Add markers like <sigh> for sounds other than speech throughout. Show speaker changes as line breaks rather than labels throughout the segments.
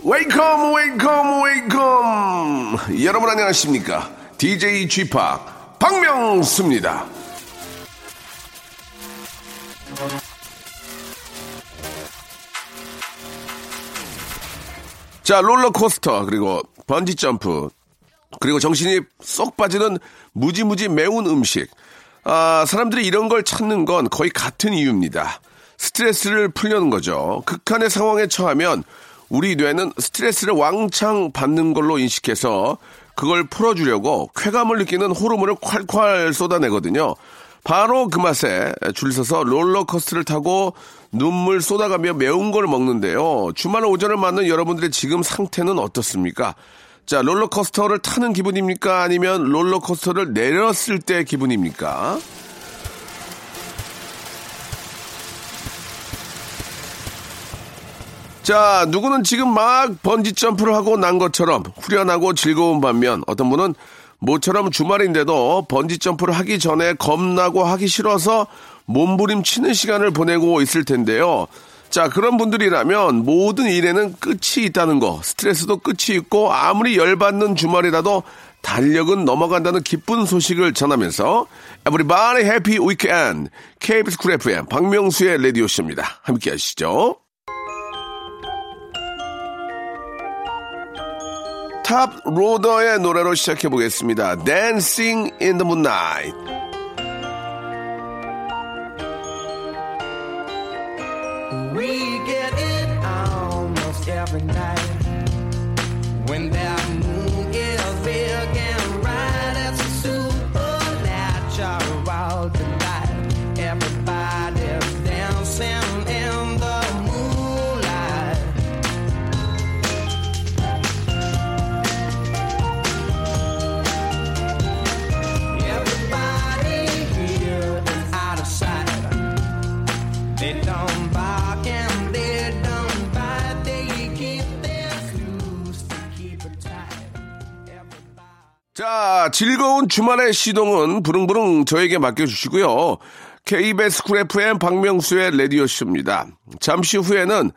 웨이컴 웨이컴 웨이컴 여러분 안녕하십니까 DJ g 파 박명수입니다 자 롤러코스터 그리고 번지점프 그리고 정신이 쏙 빠지는 무지무지 매운 음식 아 사람들이 이런 걸 찾는 건 거의 같은 이유입니다 스트레스를 풀려는 거죠 극한의 상황에 처하면 우리 뇌는 스트레스를 왕창 받는 걸로 인식해서 그걸 풀어주려고 쾌감을 느끼는 호르몬을 콸콸 쏟아내거든요. 바로 그 맛에 줄 서서 롤러코스터를 타고 눈물 쏟아가며 매운 걸 먹는데요. 주말 오전을 맞는 여러분들의 지금 상태는 어떻습니까? 자, 롤러코스터를 타는 기분입니까? 아니면 롤러코스터를 내렸을 때 기분입니까? 자, 누구는 지금 막 번지 점프를 하고 난 것처럼 후련하고 즐거운 반면 어떤 분은 모처럼 주말인데도 번지 점프를 하기 전에 겁나고 하기 싫어서 몸부림치는 시간을 보내고 있을 텐데요. 자, 그런 분들이라면 모든 일에는 끝이 있다는 거, 스트레스도 끝이 있고 아무리 열받는 주말이라도 달력은 넘어간다는 기쁜 소식을 전하면서 에브리바디 해피 위크엔 KBS 쿨 FM 박명수의 레디오쇼입니다. 함께 하시죠. 탑 로더의 노래로 시작해 보겠습니다. Dancing in the Moonlight.
We get it almost every night. When that moon is big and bright, it's a supernatural delight. Everybody's dancing in the moonlight. Everybody here is out of sight. They don't bark and they don't bite. They keep their clues to keep it tight. Everybody.
자, 즐거운 주말의 시동은 부릉부릉 저에게 맡겨주시고요. KBS 쿨 FM 박명수의 라디오쇼입니다. 잠시 후에는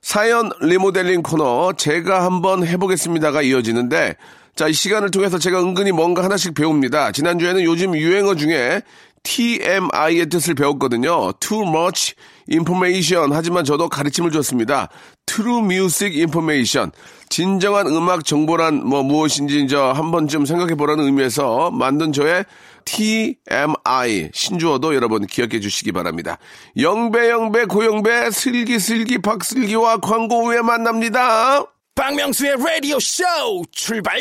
사연 리모델링 코너 제가 한번 해보겠습니다가 이어지는데 자, 이 시간을 통해서 제가 은근히 뭔가 하나씩 배웁니다. 지난주에는 요즘 유행어 중에 TMI의 뜻을 배웠거든요. Too much information. 하지만 저도 가르침을 줬습니다. True music information. 진정한 음악 정보란 뭐 무엇인지 저 한번 좀 생각해 보라는 의미에서 만든 저의 TMI 신조어도 여러분 기억해 주시기 바랍니다. 영배 영배 고영배 슬기 슬기 박슬기와 광고 후에 만납니다.
박명수의 라디오 쇼 출발!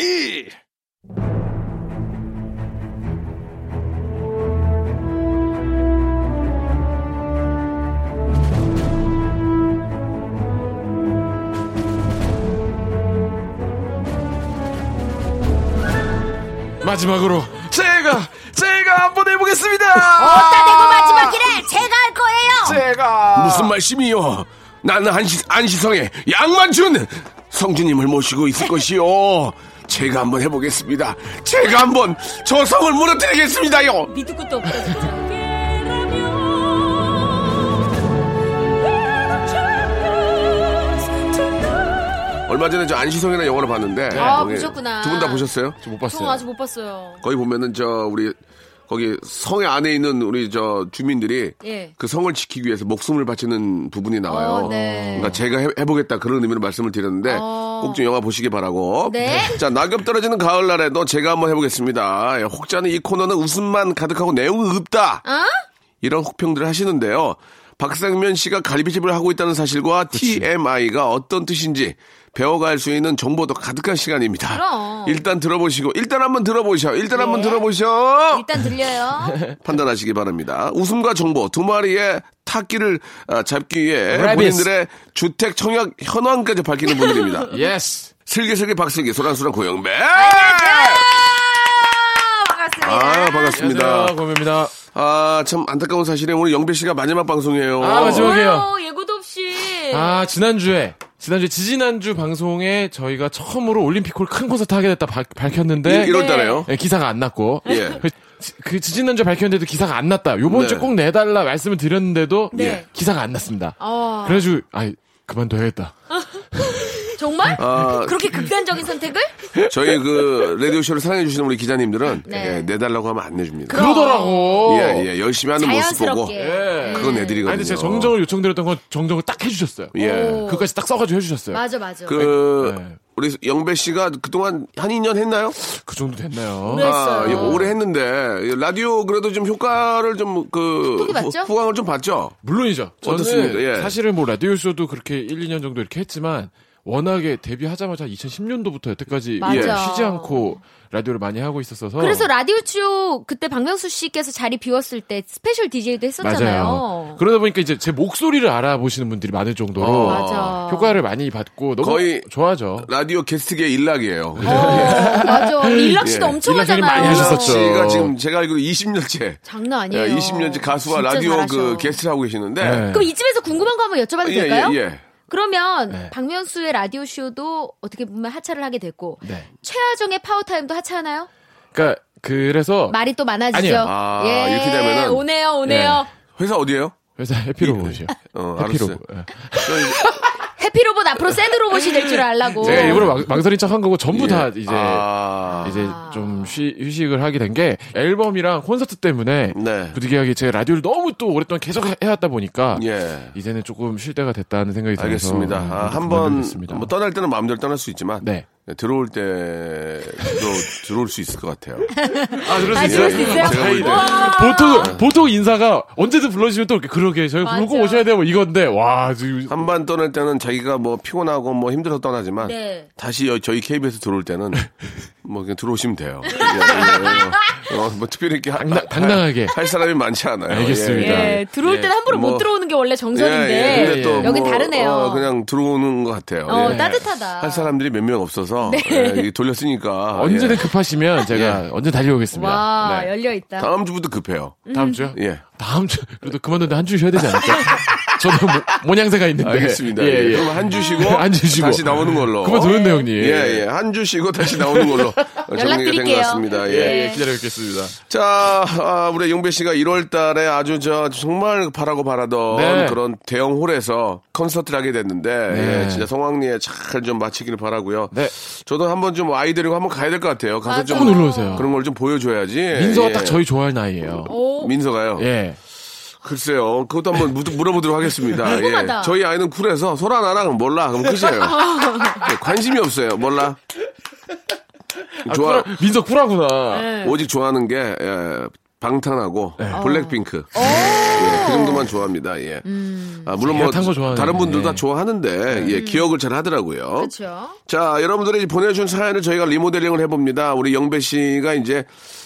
마지막으로 제가 제가 한번 <laughs> 해보겠습니다.
어따 대고 마지막이래 아. 제가 할 거예요
제가
무슨 말씀이요? 나는 안시, 안시성의 양만춘 성주님을 모시고 있을 것이요. 제가 한번 해보겠습니다. 제가 한번 저 성을 무너뜨리겠습니다요.
믿을 것도 없다 아,
얼마 전에 저 안시성이라는 영화를 봤는데
아, 보셨구나.
두분 다 보셨어요?
못
저 아직 못 봤어요
거기 보면은 저 우리 거기 성의 안에 있는 우리 저 주민들이
예.
그 성을 지키기 위해서 목숨을 바치는 부분이 나와요.
어, 네.
그러니까 제가 해, 보겠다 그런 의미로 말씀을 드렸는데
어.
꼭 좀 영화 보시기 바라고.
네.
자 낙엽 떨어지는 가을날에도 제가 한번 해보겠습니다. 예, 혹자는 이 코너는 웃음만 가득하고 내용은 없다.
어?
이런 혹평들을 하시는데요. 박상면 씨가 갈비집을 하고 있다는 사실과 TMI가 어떤 뜻인지 배워갈 수 있는 정보도 가득한 시간입니다.
그럼.
일단 들어보시고 일단 한번 들어보셔. 일단
네.
한번 들어보셔. 네,
일단 <laughs> 들려요
판단하시기 바랍니다. 웃음과 정보 두 마리의 타끼를 아, 잡기 위해
Rabbits.
본인들의 주택 청약 현황까지
<laughs>
밝히는 분들입니다.
예스.
슬기슬기 박슬기 소란소란 고영배.
아, 반갑습니다
아 반갑습니다.
안녕하세요 고민입니다.
아 참 안타까운 사실은 오늘 영배 씨가 마지막 방송이에요.
어,
아, 마지막이에요.
네. 예고도 없이
아 지난 주에
지난주 지지난주 방송에 저희가 처음으로 올림픽홀 큰 콘서트 하게 됐다 바- 밝혔는데
1월 달에요.
예, 기사가 안 났고
예.
그, 지- 그 지지난주 밝혔는데도 기사가 안 났다. 요번
네. 예.
주 꼭 내달라 말씀을 드렸는데도
네.
기사가 안 났습니다.
아,
그래가지고 아이 그만둬야겠다.
정말?
아,
그렇게 극단적인 선택을?
네.
저희 그 라디오쇼를 사랑해주시는 우리 기자님들은
네.
예, 내달라고 하면 안 내줍니다.
그럼-
그러더라고.
예, 예, 열심히 하는 모습 보고
자연스럽게.
예.
그건 애들이거든요.
아니 근데 제가 정정을 요청드렸던 건 정정을 딱 해주셨어요.
예.
오.
그까지 딱 써가지고 해주셨어요.
맞아, 맞아.
그
네.
우리 영배 씨가 그동안 한 2년 했나요?
그 정도 됐나요?
네.
아,
했어요.
예, 오래 했는데 라디오 그래도 좀 효과를 좀그
후기 봤죠?
후광을 좀 봤죠.
물론이죠. 저는
어떻습니까? 예.
사실은 뭐 라디오쇼도 그렇게 1, 2년 정도 이렇게 했지만 워낙에 데뷔하자마자 2010년도부터 여태까지 뭐
맞아.
쉬지 않고 라디오를 많이 하고 있었어서
그래서 라디오 쇼 그때 박명수 씨께서 자리 비웠을 때 스페셜 DJ도 했었잖아요.
맞아요. 그러다 보니까 이제 제 목소리를 알아보시는 분들이 많을 정도로
어.
맞아.
효과를 많이 받고 너무
거의
좋아하죠.
라디오 게스트계 일락이에요.
어, 맞아. 일락 씨도
예.
엄청
일락
하잖아요.
형님 네. 많이
일락
하셨었죠.
씨가 지금 제가 알기로 20년째 예,
장난 아니에요.
20년째 가수와
진짜
라디오
잘하셔.
그 게스트를 하고 계시는데
네.
그럼 이쯤에서 궁금한 거 한번 여쭤봐도
예,
될까요?
예, 예.
그러면
네.
박명수의 라디오 쇼도 어떻게 보면 하차를 하게 됐고
네.
최하정의 파워타임도 하차하나요?
그러니까 그래서
말이 또 많아지죠. 예.
아니요.
아, 이렇게 되면은-
오네요, 오네요.
회사 어디예요?
회사 해피로봇이요.
<laughs> 어,
해피로봇.
알았어요.
예.
해피로봇 앞으로 새드 로봇이 될 줄 알라고.
제가 일부러 망, 망설인 척 한 거고 전부 다
예.
이제
아,
이제 좀 쉬, 휴식을 하게 된 게 앨범이랑 콘서트 때문에
네.
부득이하게 제가 라디오를 너무 또 오랫동안 계속 해- 해왔다 보니까
예.
이제는 조금 쉴 때가 됐다는 생각이 들어서
알겠습니다.
음,
아,
그렇게
한번
만들겠습니다.
뭐 떠날 때는 마음대로 떠날 수 있지만
네.
네, 들어올 때 들어, 들어올 수 있을 것 같아요.
아, 그럴
아, 들어올 수 있어요?
제가 볼 때. 아, 예.
보통 보통 인사가 언제든 불러주시면 또 이렇게 그러게 저희
맞아.
불고 오셔야 돼요 뭐 이건데 와 지금
한 번 떠날 때는 자기가 뭐 피곤하고 뭐 힘들어서 떠나지만
네.
다시 여- 저희 KBS 들어올 때는 뭐 그냥 들어오시면
네.
돼요. 예, 예, 예. 어, 뭐 특별히 이렇게 하-
당당- 당당하게.
할 사람이 많지 않아요.
알겠습니다.
예, 들어올
예.
때는 함부로
뭐-
못 들어오는 게 원래
예, 예.
정설인데
근데 또
여기
뭐,
다르네요.
어, 그냥 들어오는 것 같아요.
어, 네.
예.
따뜻하다.
할 사람들이 몇 명 없어서 예, 이게 돌렸으니까
언제든
예.
급하시면 제가 언제 달려오겠습니다.
와,
네.
열려 있다.
다음 주부터 급해요.
다음 주요?
예.
다음 주 그래도 그만둔데 한 주 쉬어야 되지 않을까? <laughs> 저도 모, 모냥새가 있는데.
알겠습니다.
예, 예.
그럼 한
<laughs>
주시고
안 주시고.
다시 나오는 걸로.
그만 도는데 형님.
예, 예. 한 주시고 다시 나오는 걸로 정리가 된 것
연락드릴게요.
같습니다. 예.
예.
기다려 뵙겠습니다.
자, 아, 우리 용배 씨가 1월 달에 아주 저 정말 바라고 바라던
네.
그런 대형 홀에서 콘서트를 하게 됐는데 예, 진짜 성황리에 잘 좀 마치기를 바라고요.
네.
저도 한번 좀 아이 데리고 한번 가야 될 것 같아요. 가서
맞아.
좀
꼭 놀러 오세요.
그런 걸 좀 보여줘야지.
민서가
예.
딱 저희 좋아할 나이예요.
오,
민서가요.
예.
글쎄요. 그것도 한번 묻- 물어보도록 하겠습니다.
궁금하다.
예. 저희 아이는 쿨해서 소라 나랑 몰라. 그럼
<laughs>
끝이에요. 예, 관심이 없어요. 몰라. 좋아.
아, 쿨하- 민서 쿨하구나.
네.
오직 좋아하는 게 예, 방탄하고
네.
블랙핑크.
어.
예, 그 정도만 좋아합니다. 예.
음.
아, 물론 뭐
야탄 거 좋아하네.
다른 분들도 다
네.
좋아하는데 예, 기억을 잘 하더라고요.
그렇죠.
자, 여러분들이 보내준 사연을 저희가 리모델링을 해봅니다. 우리 영배 씨가 이제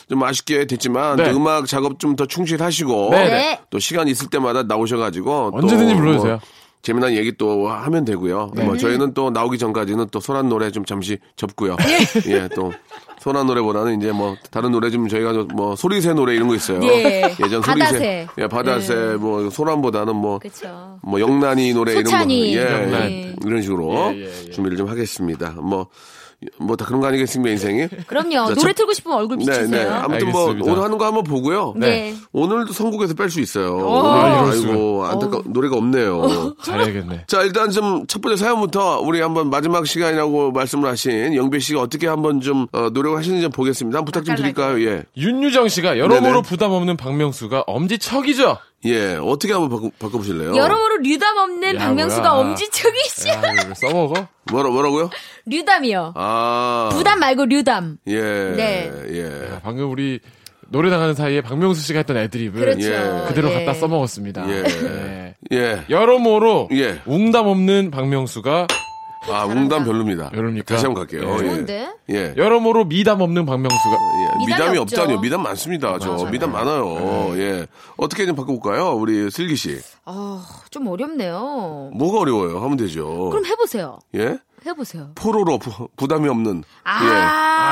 좀 아쉽게 됐지만
네.
또 음악 작업 좀 더 충실하시고
네,
네.
또 시간 있을 때마다 나오셔가지고 또
언제든지
뭐
불러주세요. 네.
재미난 얘기 또 하면 되고요. 뭐 저희는 또 나오기 전까지는 또 소란 노래 좀 잠시 접고요. <laughs> 예, 또 소란 노래보다는 이제 뭐 다른 노래 좀 저희가 좀뭐 소리새 노래 이런 거 있어요.
예.
전 소리새,
바다새.
예, 바다새 뭐 소란보다는 뭐
그렇죠.
뭐 영란이 노래
소찬이.
이런 거, 예,
영란.
예, 이런 식으로
예, 예, 예.
준비를 좀 하겠습니다. 뭐. 뭐 다 그런 거 아니겠습니까 인생이?
그럼요.
자,
노래
첫-
틀고 싶으면 얼굴
네,
비치세요.
네. 아무튼 뭐
알겠습니다.
오늘 하는 거 한번 보고요.
네.
오늘도 선곡에서 뺄 수 있어요.
아, 이럴
아이고 안타까 노래가 없네요.
잘해야겠네.
자 일단 좀 첫 번째 사연부터 우리 한번 마지막 시간이라고 말씀을 하신 영배 씨가 어떻게 한번 좀 어, 노력을 하시는지 좀 보겠습니다. 한번 부탁 좀 드릴까요? 예,
윤유정 씨가 여러모로
네네.
부담 없는 박명수가 엄지척이죠.
예. 어떻게 한번 바꿔, 바꿔보실래요?
여러모로 류담 없는
야,
박명수가
뭐야.
엄지척이시죠.
야, 이걸 써먹어?
뭐라 뭐라고요?
류담이요.
아
부담 말고 류담.
예,
네.
예.
야, 방금 우리 노래 나가는 사이에 박명수 씨가 했던 애드립을
그렇죠.
예.
그대로
예.
갖다 써먹었습니다.
예.
예.
예.
여러모로
예.
웅담 없는 박명수가
아, 웅담 별로입니다.
별로입니까? 네.
다시 한번 갈게요. 예.
좋은데?
예.
여러모로 미담 없는 박명수가
예.
미담이
미담이
없죠. 네.
없다니요. 미담 많습니다. 저 미담 많아요. 예. 어떻게 좀 바꿔볼까요? 우리 슬기 씨.
어, 좀 어렵네요.
뭐가 어려워요? 하면 되죠.
그럼 해보세요.
예?
해보세요.
포로로 부, 부담이 없는.
아,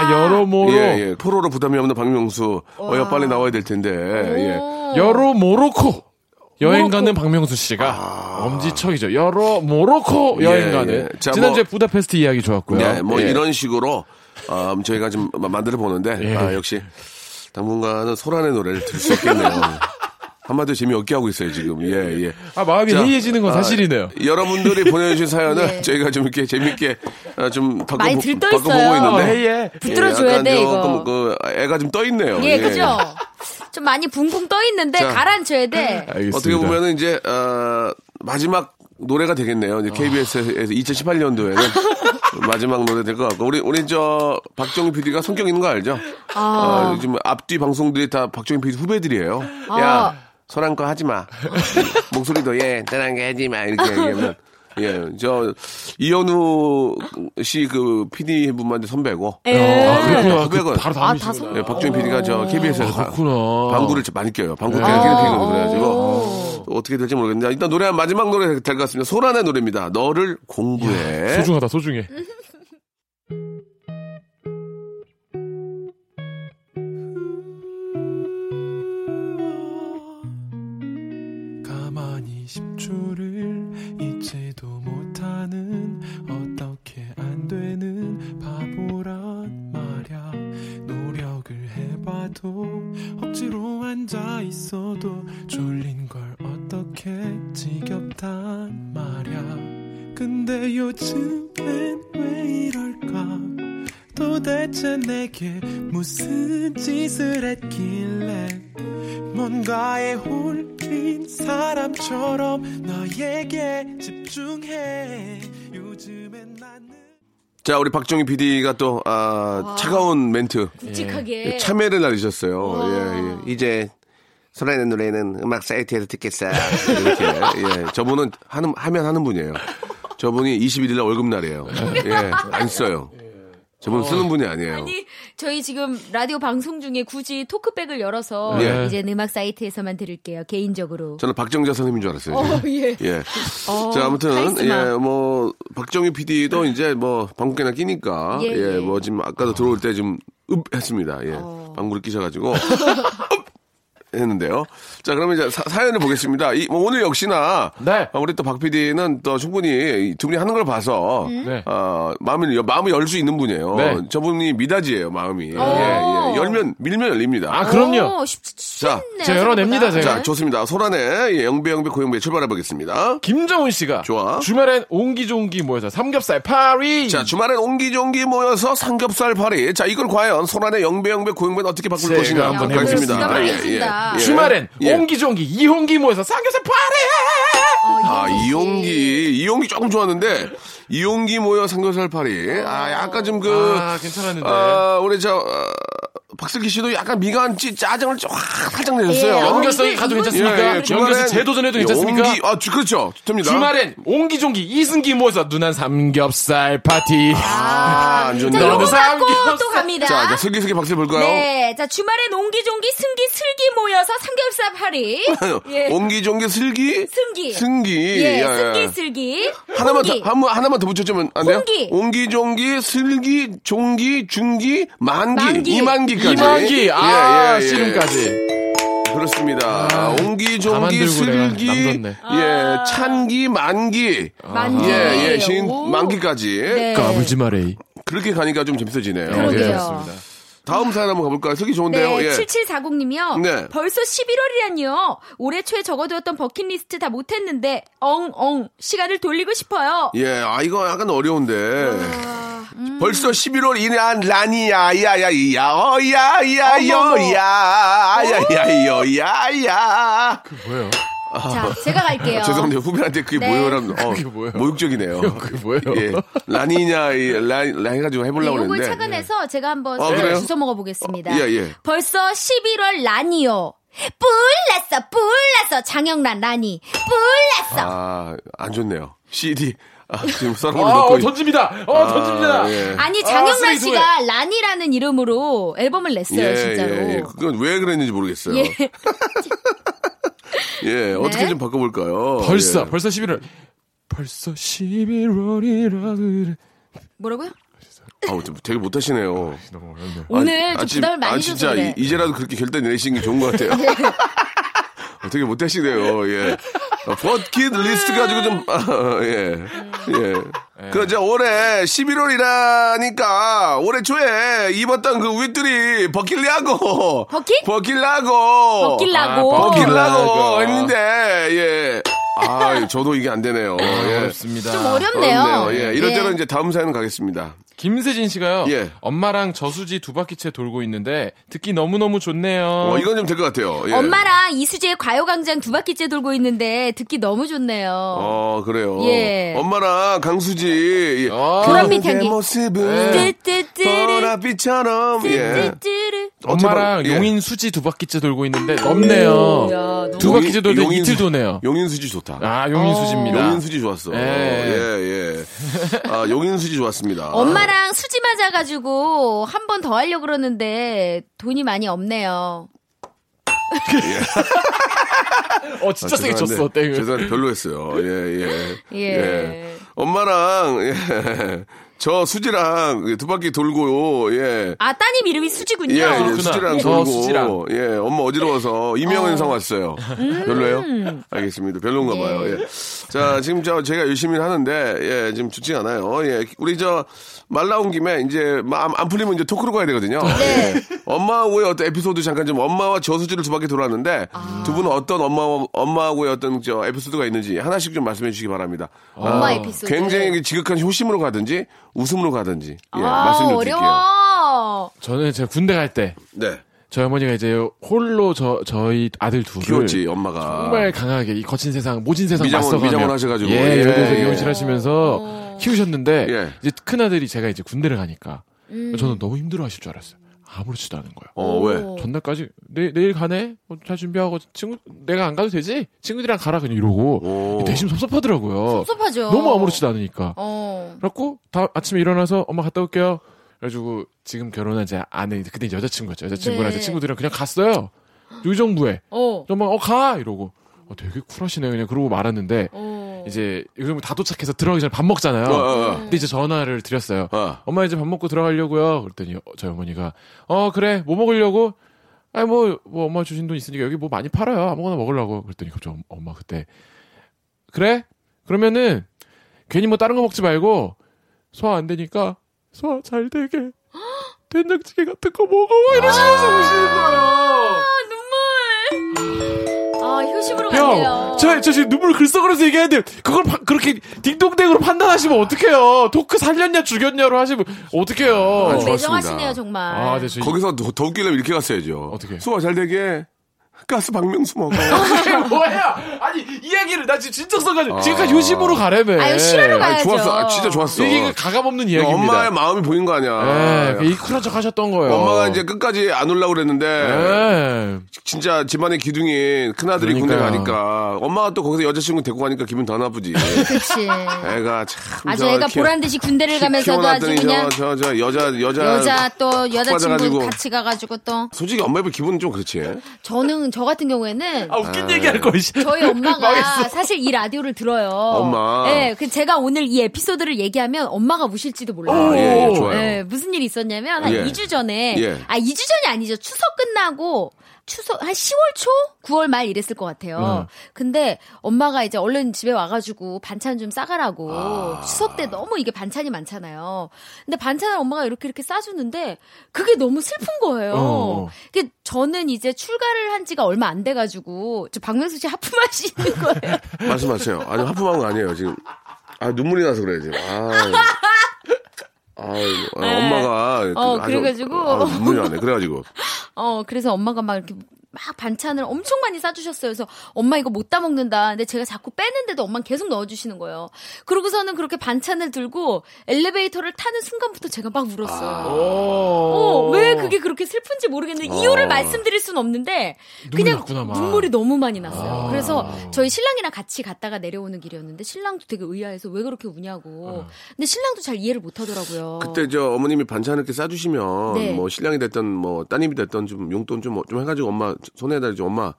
아 여러모로
예. 예, 예. 어, 포로로 부담이 없는 박명수. 어여 빨리 나와야 될 텐데. 예.
오.
여러모로코 여행 가는 박명수 씨가 엄지척이죠. 여러 모로코
아. 예,
여행 가는.
예. 자,
지난주에
뭐-
부다페스트 이야기 좋았고요.
네, 뭐
예.
이런 식으로 어, 저희가 좀 만들어 보는데
예.
아, 역시 당분간은 소란의 노래를 들을 수
<laughs>
없겠네요. 한마디 재미없게 하고 있어요 지금. 예, 예.
아 마음이
자,
해이해지는 건
아,
사실이네요. <laughs>
여러분들이 보내주신 사연을
네.
저희가 좀 이렇게 재밌게 아, 좀 바꿔,
많이 들떠
바꿔보고
있어요.
아,
있는데
해이해.
붙들어줘야
약간
돼,
조금
이거.
그 애가 좀 떠 있네요.
예, 그죠? 좀 많이 붕붕 떠 있는데
자.
가라앉혀야 돼.
알겠습니다.
어떻게 보면은 이제 어, 마지막 노래가 되겠네요. 이제 KBS에서
<laughs>
2018년도에는 마지막 노래 될 것 같고 우리 우리 저 박정희 PD가 성격 있는 거 알죠? 어,
아,
요즘 앞뒤 방송들이 다 박정희 PD 후배들이에요.
아.
야 소란 거 하지 마. <laughs> 목소리도 예 떠난 게 하지 마 이렇게 얘기하면. 예, 저, 이현우 씨 그 PD 분만도 선배고.
예.
아, 그렇구나.
후배가-
그 바로
아,
다음
다
이시구나.
선-
예, 박정희 PD가 저 KBS에서
아, 그렇구나.
방구를 많이 껴요. 방구 끼는
예.
피거든요.
아,
그래가지고 어. 어떻게 될지 모르겠는데 일단 노래 한 마지막 노래 될 것 같습니다. 소란의 노래입니다. 너를 공부해.
소중하다 소중해.
가만히 10초를 잊지도 못하는 어떻게 안 되는 바보란 말야 노력을 해봐도 억지로 앉아 있어도 졸린 걸 어떻게 지겹단 말야 근데 요즘엔 왜 이럴까 도대체 내게 무슨 짓을 했길래 뭔가에 홀린 사람처럼 너에게 집중해 요즘엔 나는
자 우리 박정희 PD가 또 아, 예. 차가운 멘트
예,
굵직하게.
참여를 날리셨어요.
와.
예, 예. 이제 소란의 노래는 음악 사이트에서 듣겠어. <laughs> 이렇게 예. 저분은 하는 하면 하는 분이에요. 저분이 21일 날 월급 날이에요. 예, 안 써요. 저분 은 쓰는 분이 아니에요.
아니, 저희 지금 라디오 방송 중에 굳이 토크백을 열어서
예.
이제 음악 사이트에서만 들을게요. 개인적으로.
저는 박정자 선생님인 줄 알았어요.
어, 예.
예.
어,
자, 아무튼,
카리스마. 네.
예, 뭐, 박정희 PD도 이제 뭐, 방구깨나 끼니까, 예,
예, 예. 어.
뭐, 지금 아까도 들어올 때 지금, 읍! 했습니다. 예. 방구를 끼셔가지고, 읍! 했는데요. 자, 그러면 이제 사, 연을 보겠습니다. 이, 뭐 오늘 역시나,
네.
아, 우리 또 박 PD는 또 충분히 이 두 분이 하는 걸 봐서,
음?
네.
어, 마음을, 여- 마음을 열 수 있는 분이에요.
네.
저분이 미닫이에요, 마음이. 예,
어.
예. 열면, 밀면 열립니다.
아 그럼요.
오, 쉽,
자,
쉽네요,
제가 열어냅니다,
생각보다.
제가.
자, 좋습니다. 소란의 예, 영배, 영배, 고영배 출발해 보겠습니다.
김정은 씨가
좋아.
주말엔 옹기종기 모여서 삼겹살 파리.
자, 주말엔 옹기종기 모여서 삼겹살 파리. 자, 이걸 과연 소란의 영배, 영배, 고영배는 어떻게 바꿀
제가
것인가
한번
한번 보겠습니다.
해보겠습니다.
아,
알겠습니다.
주말엔
예.
옹기종기 이홍기 모여서 삼겹살 파리.
어,
아,
이용기 씨.
이용기. 이용기 조금 좋았는데, 이용기 모여 삼겹살 파리. 아, 약간 좀 그,
아 괜찮았는데.
아, 우리 저, 어, 박슬기 씨도 약간 미간 찌, 짜증을 쫙 살짝 내셨어요.
예,
연결성이 가도 괜찮습니까? 연결성 재도전해도 괜찮습니까?
예, 용기, 아, 주- 그렇죠. 됩니다.
주말엔 옹기종기 이승기 모여서 누난 삼겹살 파티.
아, 안
자,
좋네.
너는
요거
삼겹살.
갖고 또 갑니다.
자, 자, 슬기슬기 박슬 볼까요?
네, 자 주말엔 옹기종기 승기 슬기 모여서 삼겹살 파리. 예.
<laughs> 옹기종기 슬기?
승기.
승기.
예,
야, 야.
승기 슬기.
하나만 더,
홍기.
한, 번- 하나만 더 붙여주면 안 돼요?
홍기.
옹기종기, 슬기, 종기, 중기, 만기,
만기.
이만기까지.
이만기
예,
아
예, 예.
씨름까지.
그렇습니다.
다
옹기종기,
만들고 그래요.
슬기,
남겼네.
예, 찬기, 만기.
만기.
예, 예, 신,
오.
만기까지. 그러니까
네.
까불지 마레이.
그렇게 가니까 좀 재밌어지네요.
그러게요.
예. 다음 사연 한번 가볼까요? 슬기
네,
좋은데요? 예.
7740님이요.
네.
벌써 11월이라니요. 올해 초에 적어두었던 버킷리스트 다 못했는데 엉엉 시간을 돌리고 싶어요.
예, 아, 이거 약간 어려운데.
아. 음.
벌써 11월 이란 라니야, 야, 야, 야, 어, 야, 야, 여, 야, 야, 야, 여, 야, 야.
뭐예요?
자, 제가 갈게요.
아. <laughs> 죄송한데 후배한테 그게
네.
뭐예요라면 어,
그게 뭐예요?
모욕적이네요.
그게 뭐예요?
예, 라니냐, 이, 라, 라 해가지고 해보려고
요걸
했는데.
네, 착안해서 제가 한번
아, 그래요?
주워 먹어보겠습니다.
어, 예, 예.
벌써 11월 라니요. 뿔났어, 뿔났어, 장영란 라니. 뿔났어.
아, 안 좋네요. CD. 아,
<laughs>
지금
아,
썰어물
어,
넣고. 있-
던집니다. 어, 던집니다.
예.
아, 니
아,
장영란
쓰리, 두에.
씨가 라니라는 이름으로 앨범을 냈어요,
예,
진짜로.
예, 예. 그건 왜 그랬는지 모르겠어요. 예,
예.
어떻게
네.
좀 바꿔볼까요?
벌써
예.
벌써 11월. 벌써 11월이라 그래.
뭐라고요?
예. 아우, 되게 못하시네요.
너무 어렵네요.
오늘 좀
아, 지-
부담을 많이
아,
줘서
진짜
그래. <laughs> 네.
<laughs> 이- 이제라도 그렇게 결단 내시는 게 좋은 것 같아요. 되게 못하시네요. 예. 버킷 리스트 가지고 좀, 아, 예. 예. 그, 이제 올해 11월이라니까, 올해 초에 입었던 그 윗들이 버킬리하고.
버킷?
버킬라고.
버킬라고.
아, 버킬라.
버킬라고
버킬라고.
했는데, 예. 아, 저도 이게 안 되네요. 예.
어렵습니다.
좀 어렵네요.
어렵네요. 예. 이럴
예.
때는 이제 다음 사연 가겠습니다.
김세진 씨가요.
예.
엄마랑 저수지 두 바퀴째 돌고 있는데 듣기 너무 너무 좋네요.
어, 이건 좀 될 것 같아요. 예.
엄마랑 이수지의 과요광장 두 바퀴째 돌고 있는데 듣기 너무 좋네요.
어, 그래요.
예.
엄마랑 강수지. 예.
어. 네.
보랏빛
그대
향기.
모습은
뜨뜨뜨르
보랏빛처럼. 예.
뜨뜨뜨르.
엄마랑
어떻게 봐- 예.
용인 수지 두 바퀴째 돌고 있는데 넘네요.
야, 너무
두
용인-
바퀴째 돌다
용인
이틀
수-
도네요.
용인수지 좋다.
아 용인 수지입니다.
용인수지 좋았어.
예.
예, 예. 아, 용인수지 좋았습니다.
엄마랑 수지 맞아가지고 한 번 더 하려고 그러는데 돈이 많이 없네요.
어 진짜 세게
아, 죄송한데,
쳤어 땡을.
죄송한데 별로였어요. 예, 예.
<laughs> 예.
엄마랑, 예. 저 수지랑 그 두 바퀴 돌고요, 예.
아, 따님 이름이 수지군요.
예, 예
그렇구나.
수지랑
저
돌고.
수지랑.
예, 엄마 어지러워서 이명현상 왔어요. 별로예요? 알겠습니다. 별로인가
네.
봐요. 예. 자, 지금 저 제가 열심히 하는데, 예, 지금 좋지 않아요. 예, 우리 저 말 나온 김에 이제 마- 안, 안 풀리면 이제 토크로 가야 되거든요.
네.
예. 엄마하고의 어떤 에피소드 잠깐 좀 엄마와 저수지를 두 바퀴 돌았는데 두 분은 어떤 엄마와, 엄마하고의 어떤 저 에피소드가 있는지 하나씩 좀 말씀해 주시기 바랍니다.
엄마
아,
에피소드.
굉장히 지극한 효심으로 가든지 웃음으로 가든지 예,
아,
말씀 좀 드릴게요.
어려워.
저는 제가 군대 갈 때
네.
저희 어머니가 이제 홀로 저 저희 아들 둘을
귀엽지 엄마가
정말 강하게 이 거친 세상 모진 세상
미장원,
맞서가며
미장원 하셔가지고.
예,
예,
여기서
예.
미용실
어.
하시면서 키우셨는데
예.
이제 큰 아들이 제가 이제 군대를 가니까
음.
저는 너무 힘들어하실 줄 알았어요. 아무렇지도 않은 거예요.
어, 왜?
오.
전날까지 내, 내일 가네 어, 잘 준비하고 친구 내가 안 가도 되지 친구들이랑 가라 그냥 이러고
오.
대신 섭섭하더라고요.
섭섭하죠.
너무 아무렇지도 않으니까.
어.
그래갖고 다 아침에 일어나서 엄마 갔다 올게요. 그래가지고 지금 결혼한 제 아내 그때 여자친구였죠. 여자친구랑
네.
제 친구들이랑 그냥 갔어요. 요정부에
어.
엄마 어가 이러고 어, 되게 쿨하시네 그냥 그러고 말았는데
어.
이제 요정부 다 도착해서 들어가기 전에 밥 먹잖아요.
어, 어,
근데 이제 전화를 드렸어요.
어. 어.
엄마 이제 밥 먹고 들어가려고요. 그랬더니 어, 저희 어머니가 어 그래 뭐 먹으려고 아니 뭐, 뭐 엄마 주신 돈 있으니까 여기 뭐 많이 팔아요 아무거나 먹으려고 그랬더니 갑자기 엄- 엄마 그때 그래 그러면은 괜히 뭐 다른 거 먹지 말고 소화 안 되니까 소화 잘 되게 <gasps> 된장찌개 같은 거 먹어 뭐 이러시면서 오시는 거예요.
아, 효심으로 가네요.
형, 저, 저 지금 눈물 글썽거려서 얘기하는데, 그걸 파- 그렇게 딩동댕으로 판단하시면 어떡해요? 토크 살렸냐, 죽였냐로 하시면
어,
아주
어떡해요?
매정하시네요, 정말.
아, 네, 저. 이-
거기서 더, 더 웃기려면 이렇게 갔어야죠.
어떻게?
소화 잘 되게 가스 박명수
<laughs>
먹어.
이게 뭐야? 아니, 이야기를, 나 지금 진정성 가지고, 지금까지 효심으로 가래며.
아유, 실화로 가요.
아니, 좋았어. 아, 진짜 좋았어.
이게 그 가감없는 이야기입니다.
엄마의 마음이 보인 거
예,
아니야.
그 이쿨한 척 하셨던 거예요.
엄마가 이제 그 끝까지 안 올라고 그랬는데
예.
진짜 집안의 기둥이 큰아들이 군대
그러니까요.
가니까 엄마가 또 거기서 여자친구 데리고 가니까 기분 더 나쁘지. <laughs>
그치. <laughs>
애가 참
아주
저
애가
키-
보란 듯이 군대를
키-
가면서도 아주
키워놨더니
그냥
저, 저, 저 여자 여자, 뭐,
여자 또 여자친구
빠져가지고.
같이 가가지고 또
솔직히 엄마 입을 기분은 좀 그렇지.
저는 저 같은 경우에는
뭐,
아, 웃긴 얘기 할 걸, 씨.
저희
<laughs>
엄마가 사실 이 라디오를 들어요.
엄마.
네, 그 제가 오늘 이 에피소드를 얘기하면 엄마가 우실지도 몰라요.
아, 예, 예,
오.
좋아요.
예, 무슨 일이 있었냐면 한
예.
2주 전에
예.
아 2주 전이 아니죠. 추석 끝나고 추석 한 10월 초 9월 말 이랬을 것
음.
같아요. 근데 엄마가 이제 얼른 집에 와가지고 반찬 좀 싸가라고
아.
추석 때 너무 이게 반찬이 많잖아요. 근데 반찬을 엄마가 이렇게 이렇게 싸주는데 그게 너무 슬픈 거예요.
어.
그 저는 이제 출가를 한 지가 얼마 안 돼가지고 저 박명수 씨 하품하시는 <laughs> 거예요.
말씀하세요. 아니 하품한 거 아니에요 지금. 아 눈물이 나서 그래 지금. 아, 아유, 아, 엄마가
네. 어,
아주-
그래가지고.
아, 눈물이
<laughs>
나네. 그래가지고
어, 그래서 엄마가 막 이렇게 막 반찬을 엄청 많이 싸주셨어요. 그래서 엄마 이거 못 다 먹는다. 근데 제가 자꾸 빼는데도 엄마는 계속 넣어주시는 거예요. 그러고서는 그렇게 반찬을 들고 엘리베이터를 타는 순간부터 제가 막
아.
울었어요. 어, 왜 그게 그렇게 슬픈지 모르겠는데 이유를 말씀드릴 순 없는데
눈물이
그냥
났구나, 막.
눈물이 너무 많이
아.
났어요. 그래서 저희 신랑이랑 같이 갔다가 내려오는 길이었는데 신랑도 되게 의아해서 왜 그렇게 우냐고. 근데 신랑도 잘 이해를 못 하더라고요.
아. 그때 저 어머님이 반찬 이렇게 싸주시면
네.
뭐 신랑이 됐던 뭐 따님이 됐던 좀 용돈 좀 좀 해가지고 엄마 손에다 이제 엄마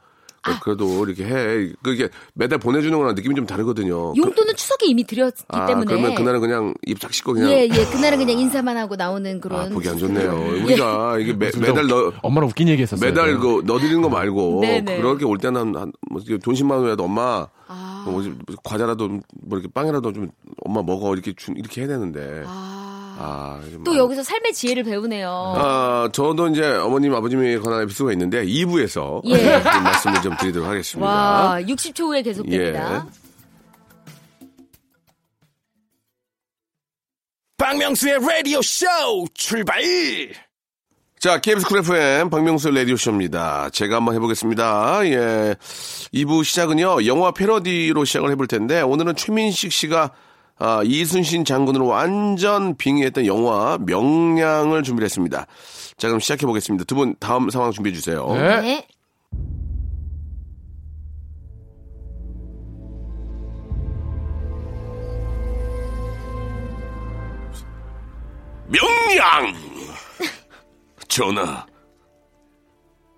아.
그래도 이렇게 해. 그게 매달 보내주는 거랑 느낌이 좀 다르거든요.
용돈은 추석에 이미 드렸기
아,
때문에.
그러면 그날은 그냥 입싹 씻고 그냥.
예, 예. 그날은 그냥 인사만 하고 나오는 그런. 예.
아, 보기 안 좋네요. 우리가 이게 매, 매달 넣,
엄마랑 웃긴 얘기 했었어요.
매달 그 넣어드리는 거 말고
<laughs> 네네.
그렇게 올 때는 한, 한, 뭐, 이게 돈 10만 원이라도 엄마
아.
뭐 뭐지, 뭐 과자라도 뭐 이렇게 빵이라도 좀 엄마 먹어 이렇게 주, 이렇게 해야 되는데
아.
아, 좀
또
안-
여기서 삶의 지혜를 배우네요.
아, 저도 이제 어머님 아버님에 관한 에피소드가 있는데 2부에서
예.
말씀을 좀 드리도록 하겠습니다.
와, 60초 후에 계속됩니다.
예.
박명수의 라디오 쇼 출발.
자, KBS 쿨 FM 박명수 레디오쇼입니다. 제가 한번 해보겠습니다. 예. 2부 시작은요, 영화 패러디로 시작을 해볼 텐데, 오늘은 최민식 씨가 아, 이순신 장군으로 완전 빙의했던 영화 명량을 준비했습니다. 자, 그럼 시작해보겠습니다. 두 분 다음 상황 준비해주세요.
네.
네.
명량! 전하,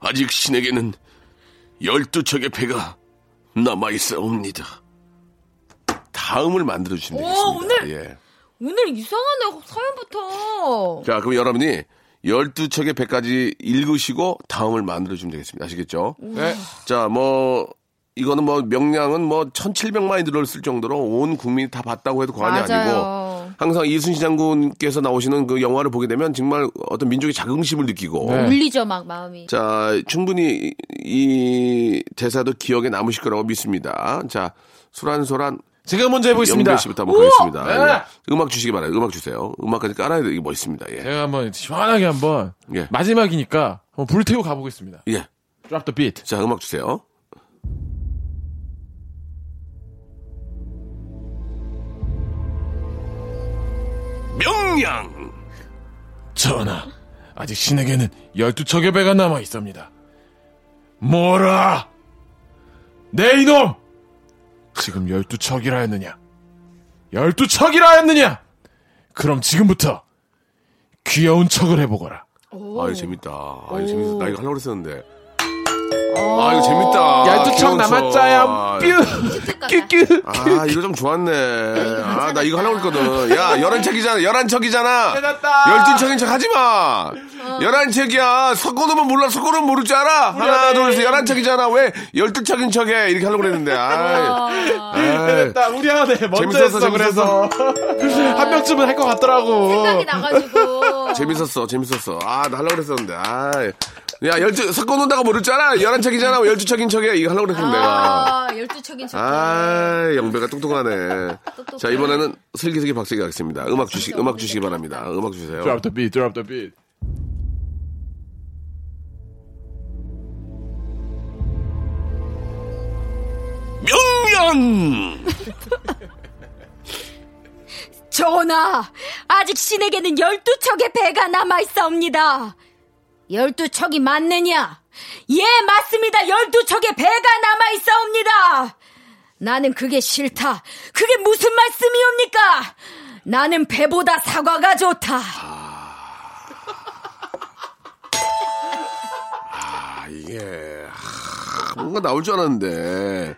아직 신에게는 열두 척의 배가 남아있사옵니다. 다음을 만들어주시면
오,
되겠습니다.
오늘!
예.
오늘 이상하네, 사연부터.
자, 그럼 여러분이 열두 척의 배까지 읽으시고 다음을 만들어주면 되겠습니다. 아시겠죠?
네.
자, 뭐, 이거는 뭐 명량은 뭐 1700만이 들어있을 정도로 온 국민이 다 봤다고 해도 과언이 아니고
맞아요.
항상 이순신 장군께서 나오시는 그 영화를 보게 되면 정말 어떤 민족의 자긍심을 느끼고
네.
울리죠, 막 마음이.
자 충분히 이- 이 대사도 기억에 남으실 거라고 믿습니다. 자 소란소란
제가 먼저 해보겠습니다.
영빈 씨부터 한번 가겠습니다.
네. 네.
예. 음악 주시기 바라요. 음악 주세요. 음악까지 깔아야 돼. 이게 멋있습니다. 예.
제가 한번 시원하게 한번
예.
마지막이니까 한번 불태우고 가보겠습니다.
예.
Drop the beat.
자 음악 주세요. 명량
전하, 아직 신에게는 열두 척의 배가 남아 있습니다. 뭐라? 내 이놈! 지금 열두 척이라 했느냐? 열두 척이라 했느냐? 그럼 지금부터 귀여운 척을 해보거라.
아 이거 재밌다. 아 이거 재밌어. 나 이거 하려고 했었는데. 아 이거 재밌다.
열두 척
귀여운 척.
남았자야. 뀨.
아, 이거 좀 좋았네. 아, 나 이거 하려고 했거든. 야, 열한 척이잖아. 열한 척이잖아.
해놨다.
열두 척인 척 하지 마. 열한 척이야. 섞어놓으면 몰라. 섞어놓으면 모를 줄 알아. 하나, 둘, 셋. 열한 척이잖아. 왜 열두 척인 척 해. 이렇게 하려고 그랬는데. 아,
됐다. 우리 하나 돼. 먼저
재밌었어,
했어. 그래서 한 명쯤은 할
생각이
것
<laughs>
같더라고.
나가지고.
재밌었어. 재밌었어. 아, 나 하려고 그랬었는데. 아, 야, 열두, 섞어놓는다고 모를 줄 알아. 열한 척이잖아. 왜 열두 척인 척 해. 이거 하려고 그랬는데. 내가.
아, 열두 척인 척.
아, 영배가 똑똑하네. 자, 이번에는 슬기슬기 박세기 가겠습니다. 음악 주시, 음악 주시기 바랍니다. 음악 주세요.
Drop the beat. Drop the beat.
명령!
전하, 아직 신에게는 열두 척의 배가 남아 있사옵니다. 열두 척이 맞느냐? 예, 맞습니다. 열두 척의 배가 남아 있사옵니다. 나는 그게 싫다. 그게 무슨 말씀이옵니까? 나는 배보다 사과가 좋다.
아, 이게 아, 뭔가 나올 줄 알았는데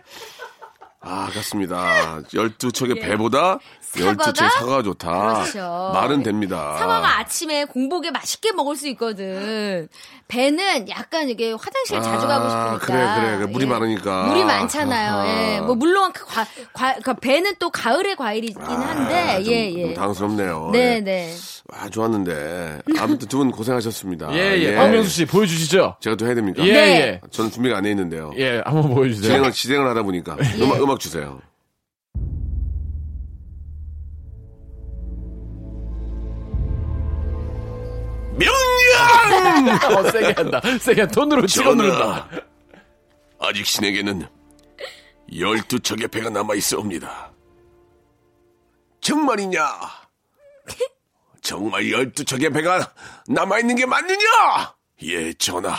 아 같습니다. 12척의 배보다
예. 사과가?
12척 사과가 좋다.
그렇죠.
말은 됩니다.
사과가 아침에 공복에 맛있게 먹을 수 있거든. 배는 약간 이게 화장실 자주
아,
가고 싶으니까.
그래, 그래, 그래. 물이
예.
많으니까.
물이 많잖아요.
아하.
예. 뭐 물론 그 과, 과, 그러니까 배는 또 가을의 과일이긴 한데
아, 좀
예, 예.
당황스럽네요.
네,
예.
네.
아, 좋았는데. 아무튼 두 분 고생하셨습니다.
예, 예. 박명수 씨 보여주시죠.
제가 또 해야 됩니까?
예,
네.
예.
저는 준비가 안 돼 있는데요.
예, 한번 보여주세요.
진행을, 진행을 하다 보니까. 음악, 음악 주세요. 명량!
<laughs> 어, 세게 한다. 세게 돈으로 찍어 누른다.
전하, 아직 신에게는 열두 척의 배가 남아 있어옵니다. 정말이냐? 정말 열두 척의 배가 남아 있는 게 맞느냐? 예, 전하,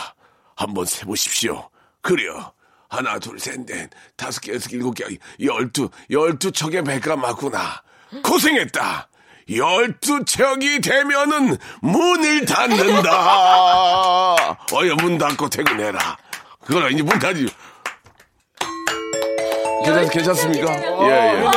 한번 세보십시오. 그래요. 하나, 둘, 셋, 넷, 다섯 개, 여섯 개, 일곱 개, 열두, 열두 척의 배가 맞구나. 고생했다. 열두 척이 되면은 문을 닫는다. 어여 문 닫고 퇴근해라. 그거라 이제 문 닫지. 괜찮, 괜찮습니까? 예, 예.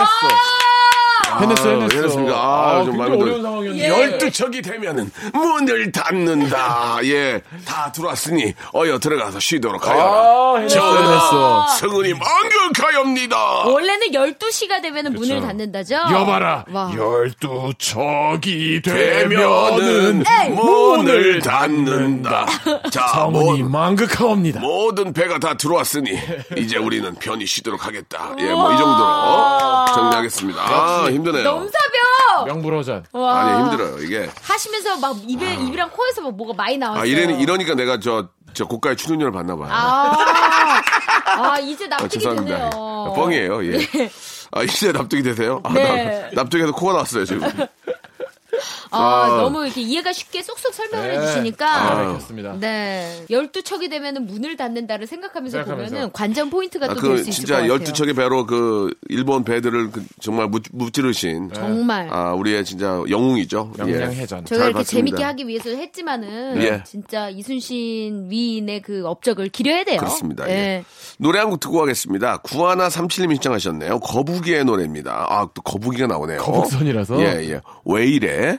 해냈어,
아유,
해냈어.
해냈습니다. 아유, 좀
굉장히
마음이
어려운
들-
상황이었는데.
예.
열두 척이 되면은 문을 닫는다. 예, 다 들어왔으니 어여 들어가서 쉬도록 하여라.
아, 해냈어, 해냈어.
성은이 망극하옵니다.
원래는 12시가 되면 문을
그쵸.
닫는다죠?
여봐라.
와.
열두 척이
되면은 문을 닫는다. 자, 모,
성운이 망극하옵니다.
모든 배가 다 들어왔으니 이제 우리는 편히 쉬도록 하겠다. 예, 뭐 이 정도로 정리하겠습니다. 아, 힘드네요.
넘사벽!
명불허전.
와.
아니 힘들어요 이게.
하시면서 막 입에, 입이랑 코에서 막 뭐가 많이 나왔어요.
아, 이래, 이러니까 내가 저, 저 고가의 출연료를 받나 봐요.
아, 아, 이제
아,
납득이
죄송합니다.
되네요.
아, 뻥이에요, 예. 아, 이제 납득이 되세요? 아,
네.
나- 납득해서 코가 나왔어요, 지금.
아,
아.
너무 이렇게 이해가 쉽게 쏙쏙 설명을
네.
어.
해주시니까.
알겠습니다.
네. 12척이 되면 문을 닫는다를 생각하면서,
생각하면서.
보면은 관전 포인트가
아,
또 될
그,
수 있을 것
진짜
같아요.
12척의 배로 그, 일본 배들을 그 정말 무, 무찌르신.
네. 정말.
아, 우리의 진짜 영웅이죠. 예.
명량해전.
저희가
잘
이렇게
봤습니다.
재밌게 하기 위해서 했지만은
예.
진짜 이순신 위인의 그 업적을 기려야 돼요.
그렇습니다.
예.
예. 노래 한 곡 듣고 가겠습니다. 구하나 삼칠님이 신청하셨네요. 거북이의 노래입니다. 아, 또 거북이가 나오네요.
거북선이라서.
예, 예. 왜 이래?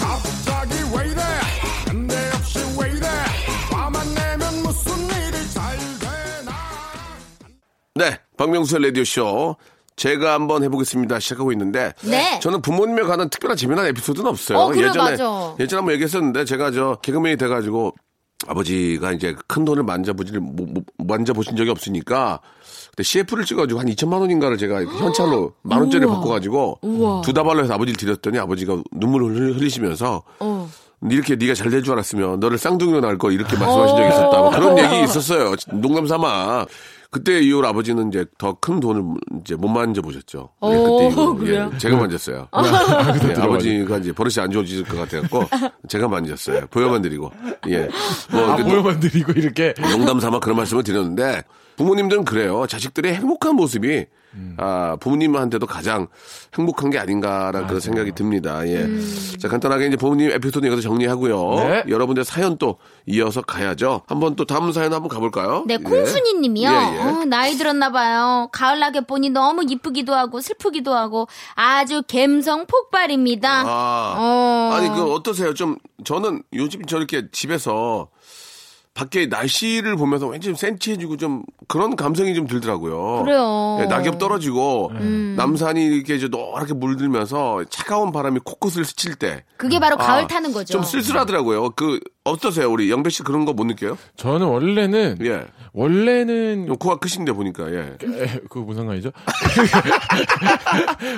갑자기 왜 이래 내 없이 왜 이래 화만 내면 무슨 일이 잘 되나
네, 박명수의 라디오쇼. 제가 한번 해보겠습니다. 시작하고 있는데.
네.
저는 부모님에 관한 특별한 재미난 에피소드는 없어요.
어, 그래요,
예전에,
맞아.
예전에 한번 얘기했었는데, 제가 저 개그맨이 돼가지고 아버지가 이제 큰 돈을 만져보질, 뭐, 뭐, 만져보신 적이 없으니까. 그때 CF를 찍어가지고 한 2천만 원인가를 제가 이렇게 현찰로 만 원짜리
우와.
바꿔가지고
우와.
두 다발로 해서 아버지를 드렸더니 아버지가 눈물을 흘리- 흘리시면서
어.
이렇게 네가 잘 될 줄 알았으면 너를 쌍둥이로 낳을 걸 이렇게 말씀하신 적이 있었다.
어.
뭐 그런 얘기 있었어요. 농담 삼아. 그때 이후로 아버지는 이제 더 큰 돈을 이제 못 만져보셨죠. 예,
오,
이후로.
그래요? 아,
예, 제가 만졌어요. 예, 아버지가 이제 버릇이 안 좋아지실 것 같아갖고 제가 만졌어요. 보여만 드리고. 예. 뭐
아,
이렇게
모여만 드리고 이렇게.
농담 삼아 그런 말씀을 드렸는데 부모님들은 그래요. 자식들의 행복한 모습이 아, 부모님한테도 가장 행복한 게 아닌가라는 그런 생각이 듭니다. 예.
음.
자, 간단하게 이제 부모님 에피소드 여기서 정리하고요.
네.
여러분들 사연 또 이어서 가야죠. 한번 또 다음 사연 한번 가볼까요?
네,
예.
콩순이 님이요.
예, 예.
어, 나이 들었나 봐요. 가을 낙에 보니 너무 이쁘기도 하고 슬프기도 하고 아주 감성 폭발입니다.
아.
어.
아니, 그 어떠세요? 좀 저는 요즘 저렇게 집에서 밖에 날씨를 보면서 왠지 좀 센치해지고 좀 그런 감성이 좀 들더라고요.
그래요.
예, 낙엽 떨어지고
음.
남산이 이렇게 이제 노랗게 물들면서 차가운 바람이 코끝을 스칠 때.
그게 바로 가을
아,
타는 거죠.
좀 쓸쓸하더라고요. 그 어떠세요, 우리 영배 씨 그런 거 못 느껴요?
저는 원래는,
예,
원래는
요 코가 크신데 보니까 예.
에, 그거 무슨 상관이죠? <laughs>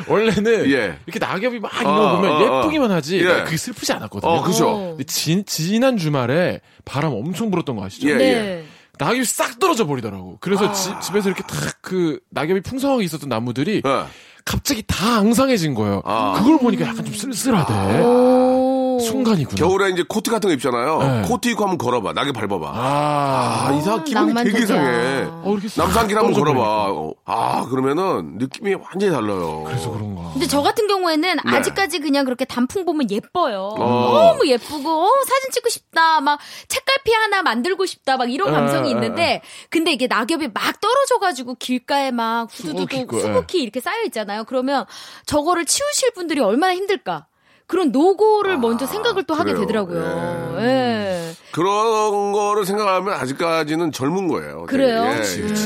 원래는
예.
이렇게 낙엽이 막 이런
어,
거 보면
어, 어.
예쁘기만 하지
예.
그게 슬프지 않았거든요.
어,
어.
그죠.
근데 진, 지난 주말에 바람 엄청 불었던 거 아시죠?
예, 아.
네.
예.
낙엽이 싹 떨어져 버리더라고. 그래서 지- 집에서 이렇게 탁 그 낙엽이 풍성하게 있었던 나무들이
예.
갑자기 다 앙상해진 거예요.
아.
그걸 보니까 약간 좀 쓸쓸하대.
오.
순간이구나.
겨울에 이제 코트 같은 거 입잖아요.
네.
코트 입고 한번 걸어봐. 낙엽 밟아봐.
아.
아, 이상 기분이 되게
어, 낭만적이야.
이상해.
어, 이렇게 싹
남산길 한번
떨어져
걸어봐.
버리니까.
어, 아, 그러면은 느낌이 완전히 달라요.
그래서 그런가.
근데 저 같은 경우에는
네.
아직까지 그냥 그렇게 단풍 보면 예뻐요.
어.
너무 예쁘고 어, 사진 찍고 싶다. 막 책갈피 하나 만들고 싶다. 막
어,
이런 감성이
아,
있는데 근데 이게 낙엽이 막 떨어져 가지고 길가에 막
수북히 있고,
후두두둑
예.
수북히 이렇게 쌓여 있잖아요. 그러면 저거를 치우실 분들이 얼마나 힘들까? 그런 노고를 먼저 생각을 또 하게
아, 그래요.
되더라고요. 예.
그런 거를 생각하면 아직까지는 젊은 거예요.
그래요?
되게. 예,
그치,
그치.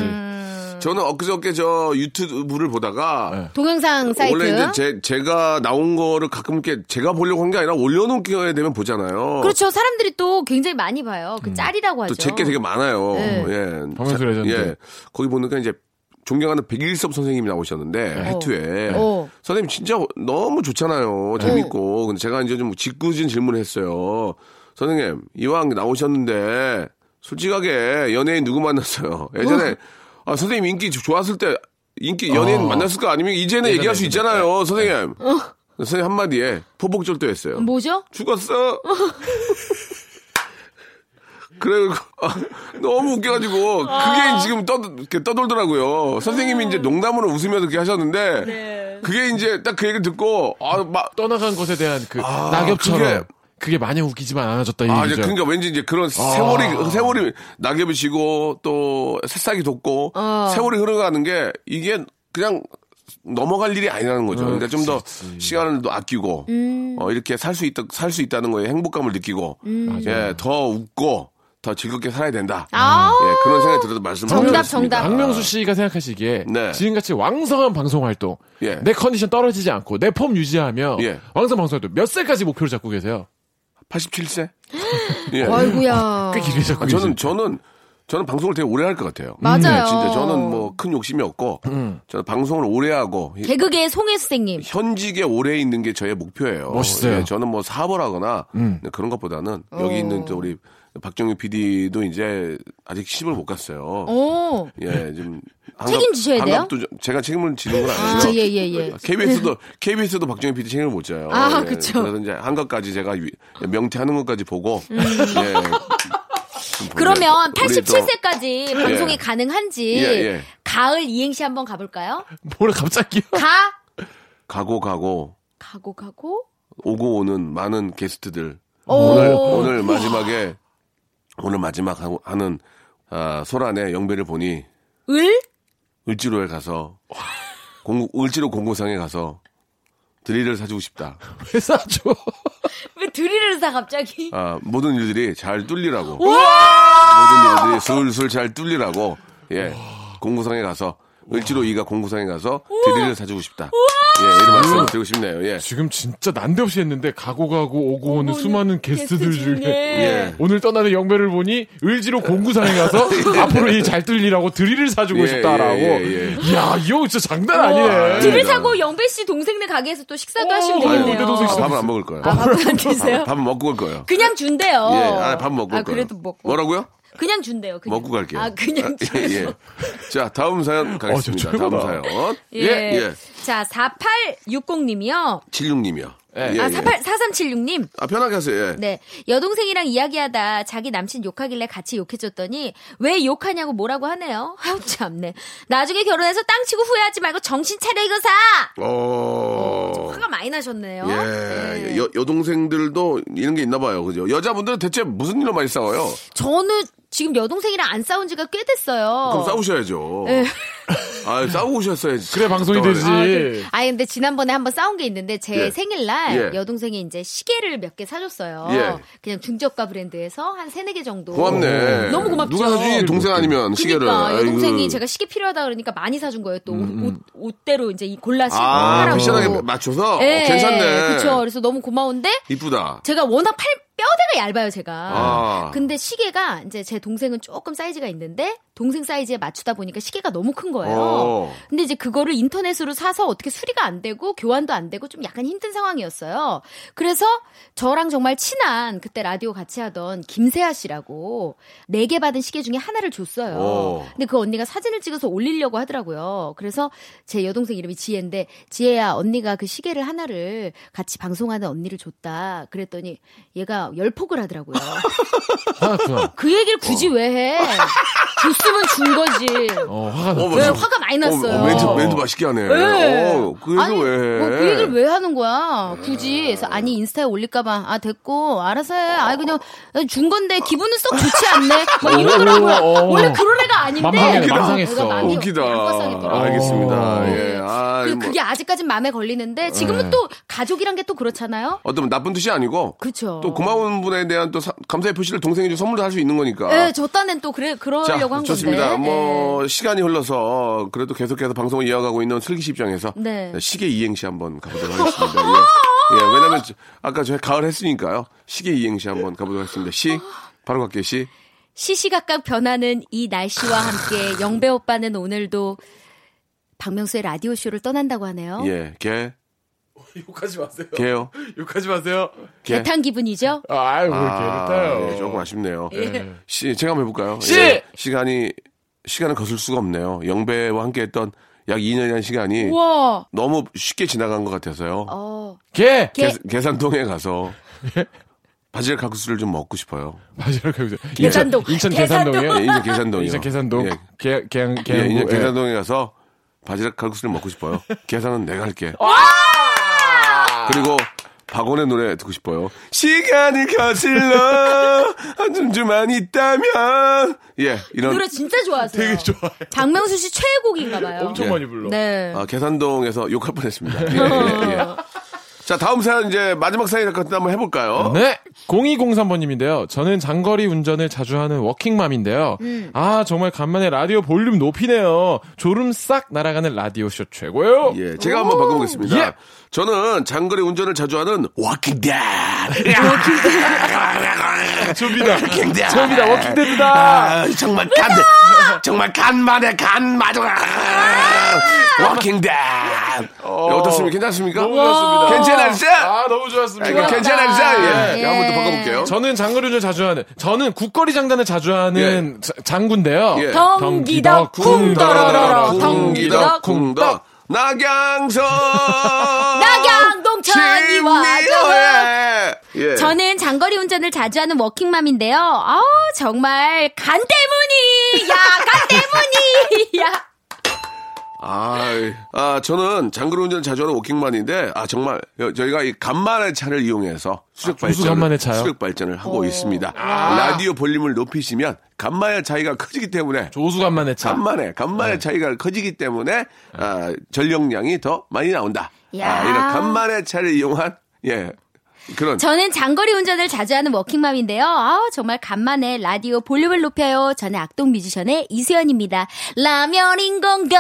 저는 엊그저께 저 유튜브를 보다가
동영상 네. 사이트
원래 이제 제, 제가 나온 거를 가끔 이렇게 제가 보려고 한 게 아니라 올려놓게 되면 보잖아요.
그렇죠. 사람들이 또 굉장히 많이 봐요. 그 짤이라고
음.
하죠.
또 제게 되게 많아요.
네.
예.
박명수
자,
레전드.
예. 거기 보니까 이제 존경하는 백일섭 선생님이 나오셨는데 해투에
어. 네.
선생님 진짜 너무 좋잖아요. 재밌고. 근데 제가 이제 좀 짓궂은 질문을 했어요. 선생님 이왕 나오셨는데 솔직하게 연예인 누구 만났어요? 예전에 아, 선생님 인기 좋았을 때 인기
어.
연예인 만났을 거 아니면 이제는 얘기할 수 있잖아요, 선생님.
어.
선생님 한마디에 포복절도했어요.
뭐죠?
죽었어. 그래 아, 너무 웃겨가지고 그게 지금 떠 이렇게 떠돌더라고요. 선생님이 이제 농담으로 웃으면서 그렇게 하셨는데
네.
그게 이제 딱 그 얘기 를 듣고 아 막.
떠나간 것에 대한 그 낙엽처럼
아, 그게-
그게, 마냥 웃기지만 않아졌다
아,
이
이제
얘기죠.
그러니까 왠지 이제 그런 세월이 세월이 낙엽이 지고 또 새싹이 돋고
어.
세월이 흘러가는 게 이게 그냥 넘어갈 일이 아니라는 거죠. 그러니까 좀 더 시간을 더 아끼고
음.
어, 이렇게 살 수 있다 살 수 있다는 거에 행복감을 느끼고
음.
예, 더 웃고 더 즐겁게 살아야 된다.
아,
예, 그런 생각이 들어서 말씀을
정답,
드렸습니다.
정답.
박명수 씨가 생각하시기에
네.
지금같이 왕성한 방송 활동,
예.
내 컨디션 떨어지지 않고 내 폼 유지하며
예.
왕성 방송 활동 몇 세까지 목표를 잡고 계세요?
<gasps>
87세? 예.
아이고야.
꽤 길게 잡고
아, 저는
계세요.
저는 저는 방송을 되게 오래 할 것 같아요.
맞아요.
예, 진짜 저는 뭐 큰 욕심이 없고
음.
저는 방송을 오래 하고 이-
개그계의 송혜 선생님.
현직에 오래 있는 게 저의 목표예요.
멋있어요. 음.
예, 저는 뭐 사업을 하거나 네, 그런 것보다는 여기 있는 또 우리 박정희 PD도 이제 아직 시집을 못 갔어요.
오.
예, 지금
책임지셔야 돼요?
도 제가 책임을 지는 건
아,
아니고요.
예, 예, 예.
KBS도 KBS도 박정희 PD 책임을 못 져요.
아, 그쵸.
래서 이제 한 것까지 제가 위- 명퇴하는 것까지 보고. 예.
<laughs>
좀
음. 그러면
보면 우리 또-
87세까지 방송이 가능한지
예, 예.
가을 이행시 한번
<laughs>
가볼까요?
<laughs> 뭘 갑자기?
가
가고 가고
가고 가고
오고 오는 많은 게스트들
오.
어. 오늘 오늘 마지막에 오늘 마지막 하고- 하는 아, 소란의 영배를 보니
을
을지로에 가서 공, 을지로 공고상에 가서 드릴을 사주고 싶다.
회사 줘.
왜 드릴을 사 갑자기?
아, 모든 일들이 잘 뚫리라고.
와!
모든 일들이 술술 잘 뚫리라고. 예. 공구상에 가서 을지로 이가 공구상에 가서 드릴을 사주고 싶다. 예,
음.
이런 말씀을 드리고 싶네요. 예.
지금 진짜 난데없이 했는데 가고 가고 오고 오는 수많은 게스트들 중에
예.
오늘 떠나는 영배를 보니 의지로 공구상에
<laughs>
가서 앞으로 이 잘 뚫리라고 드릴을 사주고
예,
싶다라고.
예, 예,
이야, 이거 진짜 장난
어,
아니네.
드릴 사고 영배 씨 동생네 가게에서 또 식사도
어,
하시면
아이고,
되겠네요.
내 동생 있어.
밥은 안 먹을 거예요.
아, 밥은 안 예. 드세요?
밥은 먹고 갈 거예요.
그냥 준대요.
예, 아, 밥 먹고 갈
아,
거예요.
그래도 먹고.
뭐라고요?
그냥 준대요. 그냥.
먹고 갈게요.
아, 그냥
예,
준대요.
예. 자, 다음 사연 가겠습니다.
어, 저
다음
최고다.
사연. 예,
예.
예.
자, 4860님이요.
76님이요.
예.
아, 48, 4376님.
아, 편하게 하세요. 예.
네. 여동생이랑 이야기하다 자기 남친 욕하길래 같이 욕해줬더니 왜 욕하냐고 뭐라고 하네요. <laughs> 아우, 참네. 나중에 결혼해서 땅 치고 후회하지 말고 정신 차려, 이거 사!
어.
화가 많이 나셨네요.
예.
네.
여, 여동생들도 이런 게 있나 봐요. 그죠? 여자분들은 대체 무슨 일로 많이 싸워요?
저는 지금 여동생이랑 안 싸운 지가 꽤 됐어요. 예.
그럼 싸우셔야죠. 아, 싸우고 오셨어야지.
그래 방송이 되지.
아, 그, 아니 근데 지난번에 한번 싸운 게 있는데 제
예.
생일날
예.
여동생이 이제 시계를 몇 개 사줬어요.
예.
그냥 중저가 브랜드에서 한 세네 개 정도.
고맙네.
음, 너무 고맙죠.
누가 사주니 동생 아니면 뭐 시계를.
그러니까
아이고. 음,
여동생이 제가 시계 필요하다 그러니까 많이 사준 거예요. 또 옷, 대로 이제 이 골라 시고
아,
하라고.
미션하게 맞춰서?
예,
어, 괜찮네.
그렇죠. 그래서 너무 고마운데
이쁘다.
제가 워낙 팔 뼈대가 얇아요, 제가.
아.
근데 시계가 이제 제 동생은 조금 사이즈가 있는데 동생 사이즈에 맞추다 보니까 시계가 너무 큰 거예요.
어.
근데 이제 그거를 인터넷으로 사서 어떻게 수리가 안 되고 교환도 안 되고 좀 약간 힘든 상황이었어요. 그래서 저랑 정말 친한 그때 라디오 같이 하던 김세아 씨라고 네 개 받은 시계 중에 하나를 줬어요.
오.
근데 그 언니가 사진을 찍어서 올리려고 하더라고요. 그래서 제 여동생 이름이 지혜인데 지혜야 언니가 그 시계를 하나를 같이 방송하는 언니를 줬다. 그랬더니 얘가 열폭을 하더라고요.
화났구나.
그 얘기를 굳이
<laughs>
왜 해? 줬으면 준 거지.
어, 화가
어,
났다.
왜
맞아.
화가 많이 났어요.
어, 멘트, 멘트 맛있게 하네.
네.
어, 그 얘기를
아니,
왜 해? 네.
뭐그 얘기를 왜 하는 거야? 굳이. 그래서 아니 인스타에 올릴까봐 아 됐고 알아서 해. 아 그냥 준 건데 기분은 썩 좋지 않네. 막
어,
이러더라고요.
어.
원래 그런 애가 아닌데.
만방이네,
내가
만상했어.
많이
웃기다.
양파상이더라고요.
알겠습니다.
어.
예. 아,
그,
뭐,
그게 아직까진 마음에 걸리는데 지금은
네.
또 가족이란 게 또 그렇잖아요.
어떤 나쁜 뜻이 아니고
그렇죠.
또 고마운 분에 대한 또 사- 감사의 표시를 동생이 좀 선물도 할 수 있는 거니까.
예, 저 딴엔 또 그래
자,
그러려고 한
좋습니다.
건데. 네.
뭐 시간이 흘러서 그래도 계속해서 방송을 이어가고 있는 슬기 씨 입장에서
네.
시계 이행시 한번 가보도록 하겠습니다. 예. 예, 왜냐면 저- 아까 저희 가을 했으니까요. 시계 이행시 한번 가보도록 하겠습니다. 시 바로 갈게요. 시
예. 시시각각 변하는 이 날씨와 함께 영배 어? 오빠는 오늘도 박명수의 라디오 쇼를 떠난다고 하네요.
예, 개,
<laughs> 욕하지 마세요.
개요.
욕하지 마세요.
예.
개탄 기분이죠?
아, 아유,
아,
왜
예,
이렇게
조금
욕해요.
아쉽네요.
예.
시, 제가 한번 해볼까요? 예,
시!
시간이, 시간을 거슬 수가 없네요. 영배와 함께 했던 약 2년이라는 시간이
우와.
너무 쉽게 지나간 것 같아서요.
어.
개! <laughs>
개.
계- 계산동에 <laughs> 가서 바질 칼국수를 좀 먹고 싶어요.
마지막 가보자.
계산동.
인천
계산동.
계산동이요?
예, 인천 계산동이요.
<laughs> 인천 계산동.
예,
개, 개, 개.
예, 인천
개
계산동에 가서 바질 칼국수를 먹고 싶어요. 계산은 내가 할게. 그리고 박원의 노래 듣고 싶어요. 시간이 거슬러 한좀만 있다면 예 이런
노래 진짜 좋아하세요.
되게 좋아요.
박명수 씨 최애곡인가 봐요.
엄청
예.
많이 불러.
아, 네.
아, 계산동에서 욕할 뻔했습니다. 예, 예, 예. 자 다음 사연 이제 마지막 사연 같은 데 한번 해볼까요?
네. 0203번님인데요. 저는 장거리 운전을 자주 하는 워킹맘인데요.
음.
아, 정말 간만에 라디오 볼륨 높이네요. 졸음 싹 날아가는 라디오쇼 최고요.
예, 제가 한번 바꿔보겠습니다.
예.
저는 장거리 운전을 자주 하는 워킹댄.
좀비다. <laughs>
워킹댄.
좀비다. 워킹데드다.
아, 정말 간, 정말 간만에 간마저 워킹댄. 예, 어떻습니까? 괜찮습니까?
너무 좋았습니다.
괜찮았어?
아, 너무
아,
좋았습니다.
이거 괜찮았어? 예.
예.
한번 또 바꿔볼게요.
저는 장거리를 자주 하는, 저는 국거리 장단을 자주 하는 자- 장군데요.
예.
덩기덕
쿵더러러러,
쿵더러러러
쿵기덕,
덩기덕
쿵덕. 낙양성.
낙양동천이 와줘.
진미호의. 예.
저는 장거리 운전을 자주 하는 워킹맘인데요. 아 정말 간 때문이야, 간 때문이야.
아이, 아, 저는 장거리 운전 자주 하는 워킹맘인데, 아, 정말, 여- 저희가 이 간만의 차를 이용해서 수력
무슨
발전을,
아, 간만의 차요?
수력 발전을
어.
하고 있습니다.
아.
라디오 볼륨을 높이시면, 간만의 차이가 커지기 때문에,
조수간만의 차.
간만에, 간만의
네.
차이가 커지기 때문에, 아, 전력량이 더 많이 나온다. 아,
야.
이런 간만의 차를 이용한, 예, 그런.
저는 장거리 운전을 자주 하는 워킹맘인데요. 아, 정말 간만에 라디오 볼륨을 높여요. 저는 악동 뮤지션의 이수연입니다. 라면인 <laughs> 건가?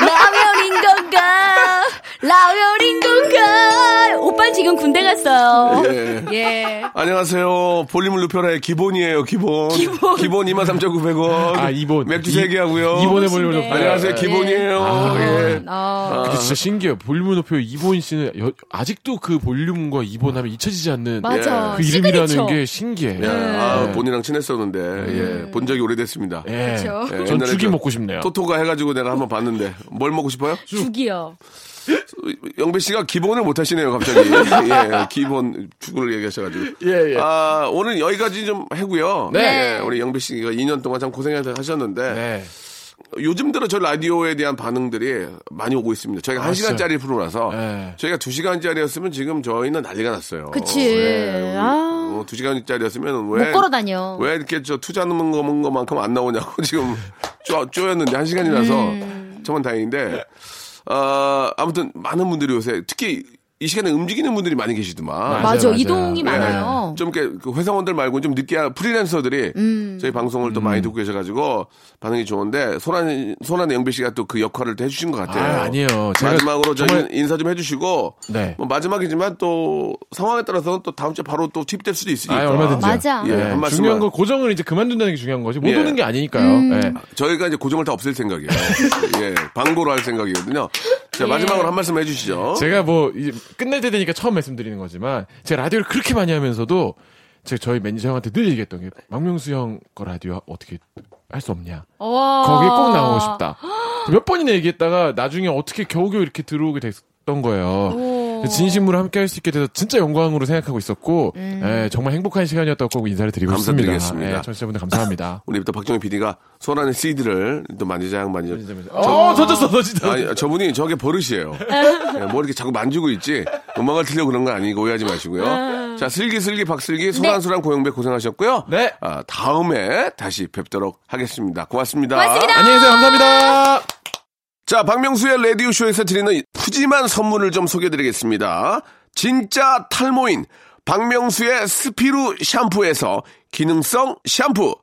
라면인 건가? 라면인 건가? 오빠 지금 군대 갔어요.
예.
예.
안녕하세요. 볼륨을 높여라의 기본이에요, 기본.
기본.
23,900원.
아, 이본.
맥주
이-
3개 하고요.
이본의 볼륨을 높여.
안녕하세요,
네.
기본이에요. 예.
어.
근데 진짜 신기해요. 볼륨 높여 이보인 씨는 여- 아직도 그 볼륨과 이본 하면 잊혀지지 않는
맞아.
그 이름이라는
시그니처.
게 신기해요.
예.
네.
아,
예.
본이랑 친했었는데 예. 본 적이 오래됐습니다.
예.
그렇죠.
예,
전
옛날에
죽이
그
먹고 싶네요.
토토가 해가지고 내가 한번 봤는데 뭘 먹고 싶어요?
죽이요.
영배 씨가 기본을 못 하시네요 갑자기.
<laughs>
예, 기본 죽을 얘기하셔가지고.
예, 예.
아 오늘 여기까지 좀 하고요.
네.
예, 우리 영배 씨가 2년 동안 참 고생하셨는데
네.
요즘 들어 저 라디오에 대한 반응들이 많이 오고 있습니다. 저희가
아,
한
알았어요.
시간짜리 프로라서
네.
저희가 두 시간짜리였으면 지금 저희는 난리가 났어요.
그치.
예,
아.
어, 두 시간짜리였으면
못
왜
걸어 다녀.
왜 이렇게 저 투자하는 거 먹는 것만큼 안 나오냐고 <laughs> 지금 쪼, 쪼였는데 한 시간이라서
음.
정말 다행인데 어, 아무튼 많은 분들이 요새 특히 이 시간에 움직이는 분들이 많이 계시더만
맞아요,
맞아,
맞아요.
이동이
예.
많아요.
좀 이렇게 그 회사원들 말고 좀 늦게 프리랜서들이
음.
저희 방송을 또
음.
많이 듣고 계셔가지고 반응이 좋은데 소란 소란 영배 씨가 또 그 역할을 또 해주신 것 같아요.
아, 아니에요. 제가
마지막으로 저희
정말-
인사 좀 해주시고
네.
뭐 마지막이지만 또 상황에 따라서는 또 다음 주에 바로 또 투입될 수도 있으니까
아, 얼마든지.
맞아.
예,
예,
한 말씀만.
중요한 건 고정을 이제 그만둔다는 게 중요한 거지. 못
예.
오는 게 아니니까요.
음.
예.
저희가 이제 고정을 다 없앨 <laughs> 생각이에요. 예, 광고로 할 생각이거든요. 자, 마지막으로 한 말씀 해주시죠.
제가 뭐 이제 끝날 때 되니까 처음 말씀드리는 거지만 제가 라디오를 그렇게 많이 하면서도 제가 저희 매니저 형한테 늘 얘기했던 게 박명수 형 거 라디오 어떻게 할 수 없냐.
와.
거기 꼭 나오고 싶다. 몇 번이나 얘기했다가 나중에 어떻게 겨우겨우 이렇게 들어오게 됐던 거예요.
오.
진심으로 함께 할 수 있게 돼서 진짜 영광으로 생각하고 있었고 예, 정말 행복한 시간이었다고 꼭 인사를 드리고
감사드리겠습니다.
싶습니다. 예, 청취자분들
<laughs>
감사합니다.
우리 또 박정희 PD가 소란의 CD를 또 만지작 만지작.
어, 던졌어, 던졌어.
아니, 저분이 저게 <laughs> 버릇이에요. 예, 뭐 이렇게 자꾸 만지고 있지. 음악을 틀려고 그런 건 아니고 네. 오해하지 마시고요. 자, 슬기슬기 박슬기 소란소란 고영배 고생하셨고요.
네.
아, 다음에 다시 뵙도록 하겠습니다. 고맙습니다.
고맙습니다.
안녕히 계세요. 감사합니다.
자, 박명수의 라디오쇼에서 드리는 푸짐한 선물을 좀 소개드리겠습니다. 진짜 탈모인 박명수의 스피루 샴푸에서 기능성 샴푸,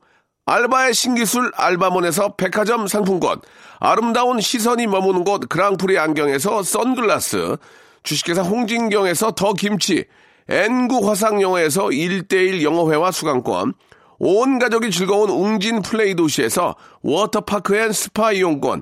알바의 신기술 알바몬에서 백화점 상품권, 아름다운 시선이 머무는 곳 그랑프리 안경에서 선글라스, 주식회사 홍진경에서 더 김치, N구 화상영어에서 1대1 영어회화 수강권, 온 가족이 즐거운 웅진 플레이 도시에서 워터파크 앤 스파 이용권,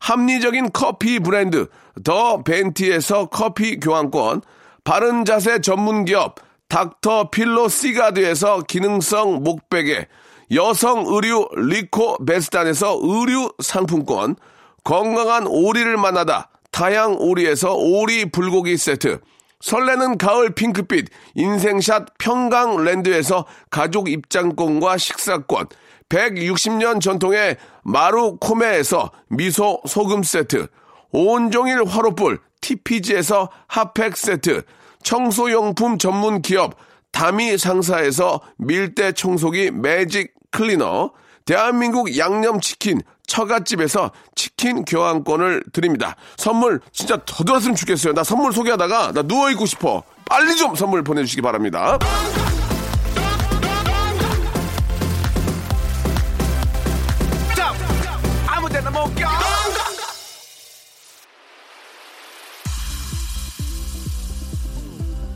합리적인 커피 브랜드 더 벤티에서 커피 교환권, 바른 자세 전문 기업 닥터 필로 시가드에서 기능성 목베개, 여성 의류 리코 베스탄에서 의류 상품권, 건강한 오리를 만나다 타양 오리에서 오리 불고기 세트, 설레는 가을 핑크빛 인생샷 평강랜드에서 가족 입장권과 식사권 160년 전통의 마루코메에서 미소 소금 세트 온종일 화로불 TPG에서 핫팩 세트 청소용품 전문 기업 다미 상사에서 밀대 청소기 매직 클리너 대한민국 양념치킨 처갓집에서 치킨 교환권을 드립니다. 선물 진짜 더 들었으면 좋겠어요. 나 선물 소개하다가 나 누워있고 싶어. 빨리 좀 선물 보내주시기 바랍니다.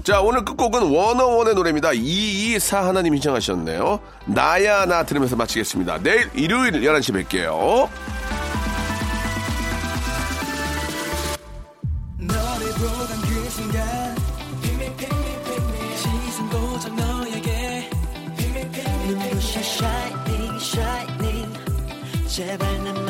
자, 오늘 끝곡은 워너원의 노래입니다. 224 하나님 신청하셨네요. 나야 나 들으면서 마치겠습니다. 내일 일요일 11시 뵐게요.
너를 보던 그 순간 Pick me, pick me, pick me 시선 고정 너에게 Pick me, pick me, pick me 눈부셔 shining, shining 제발 난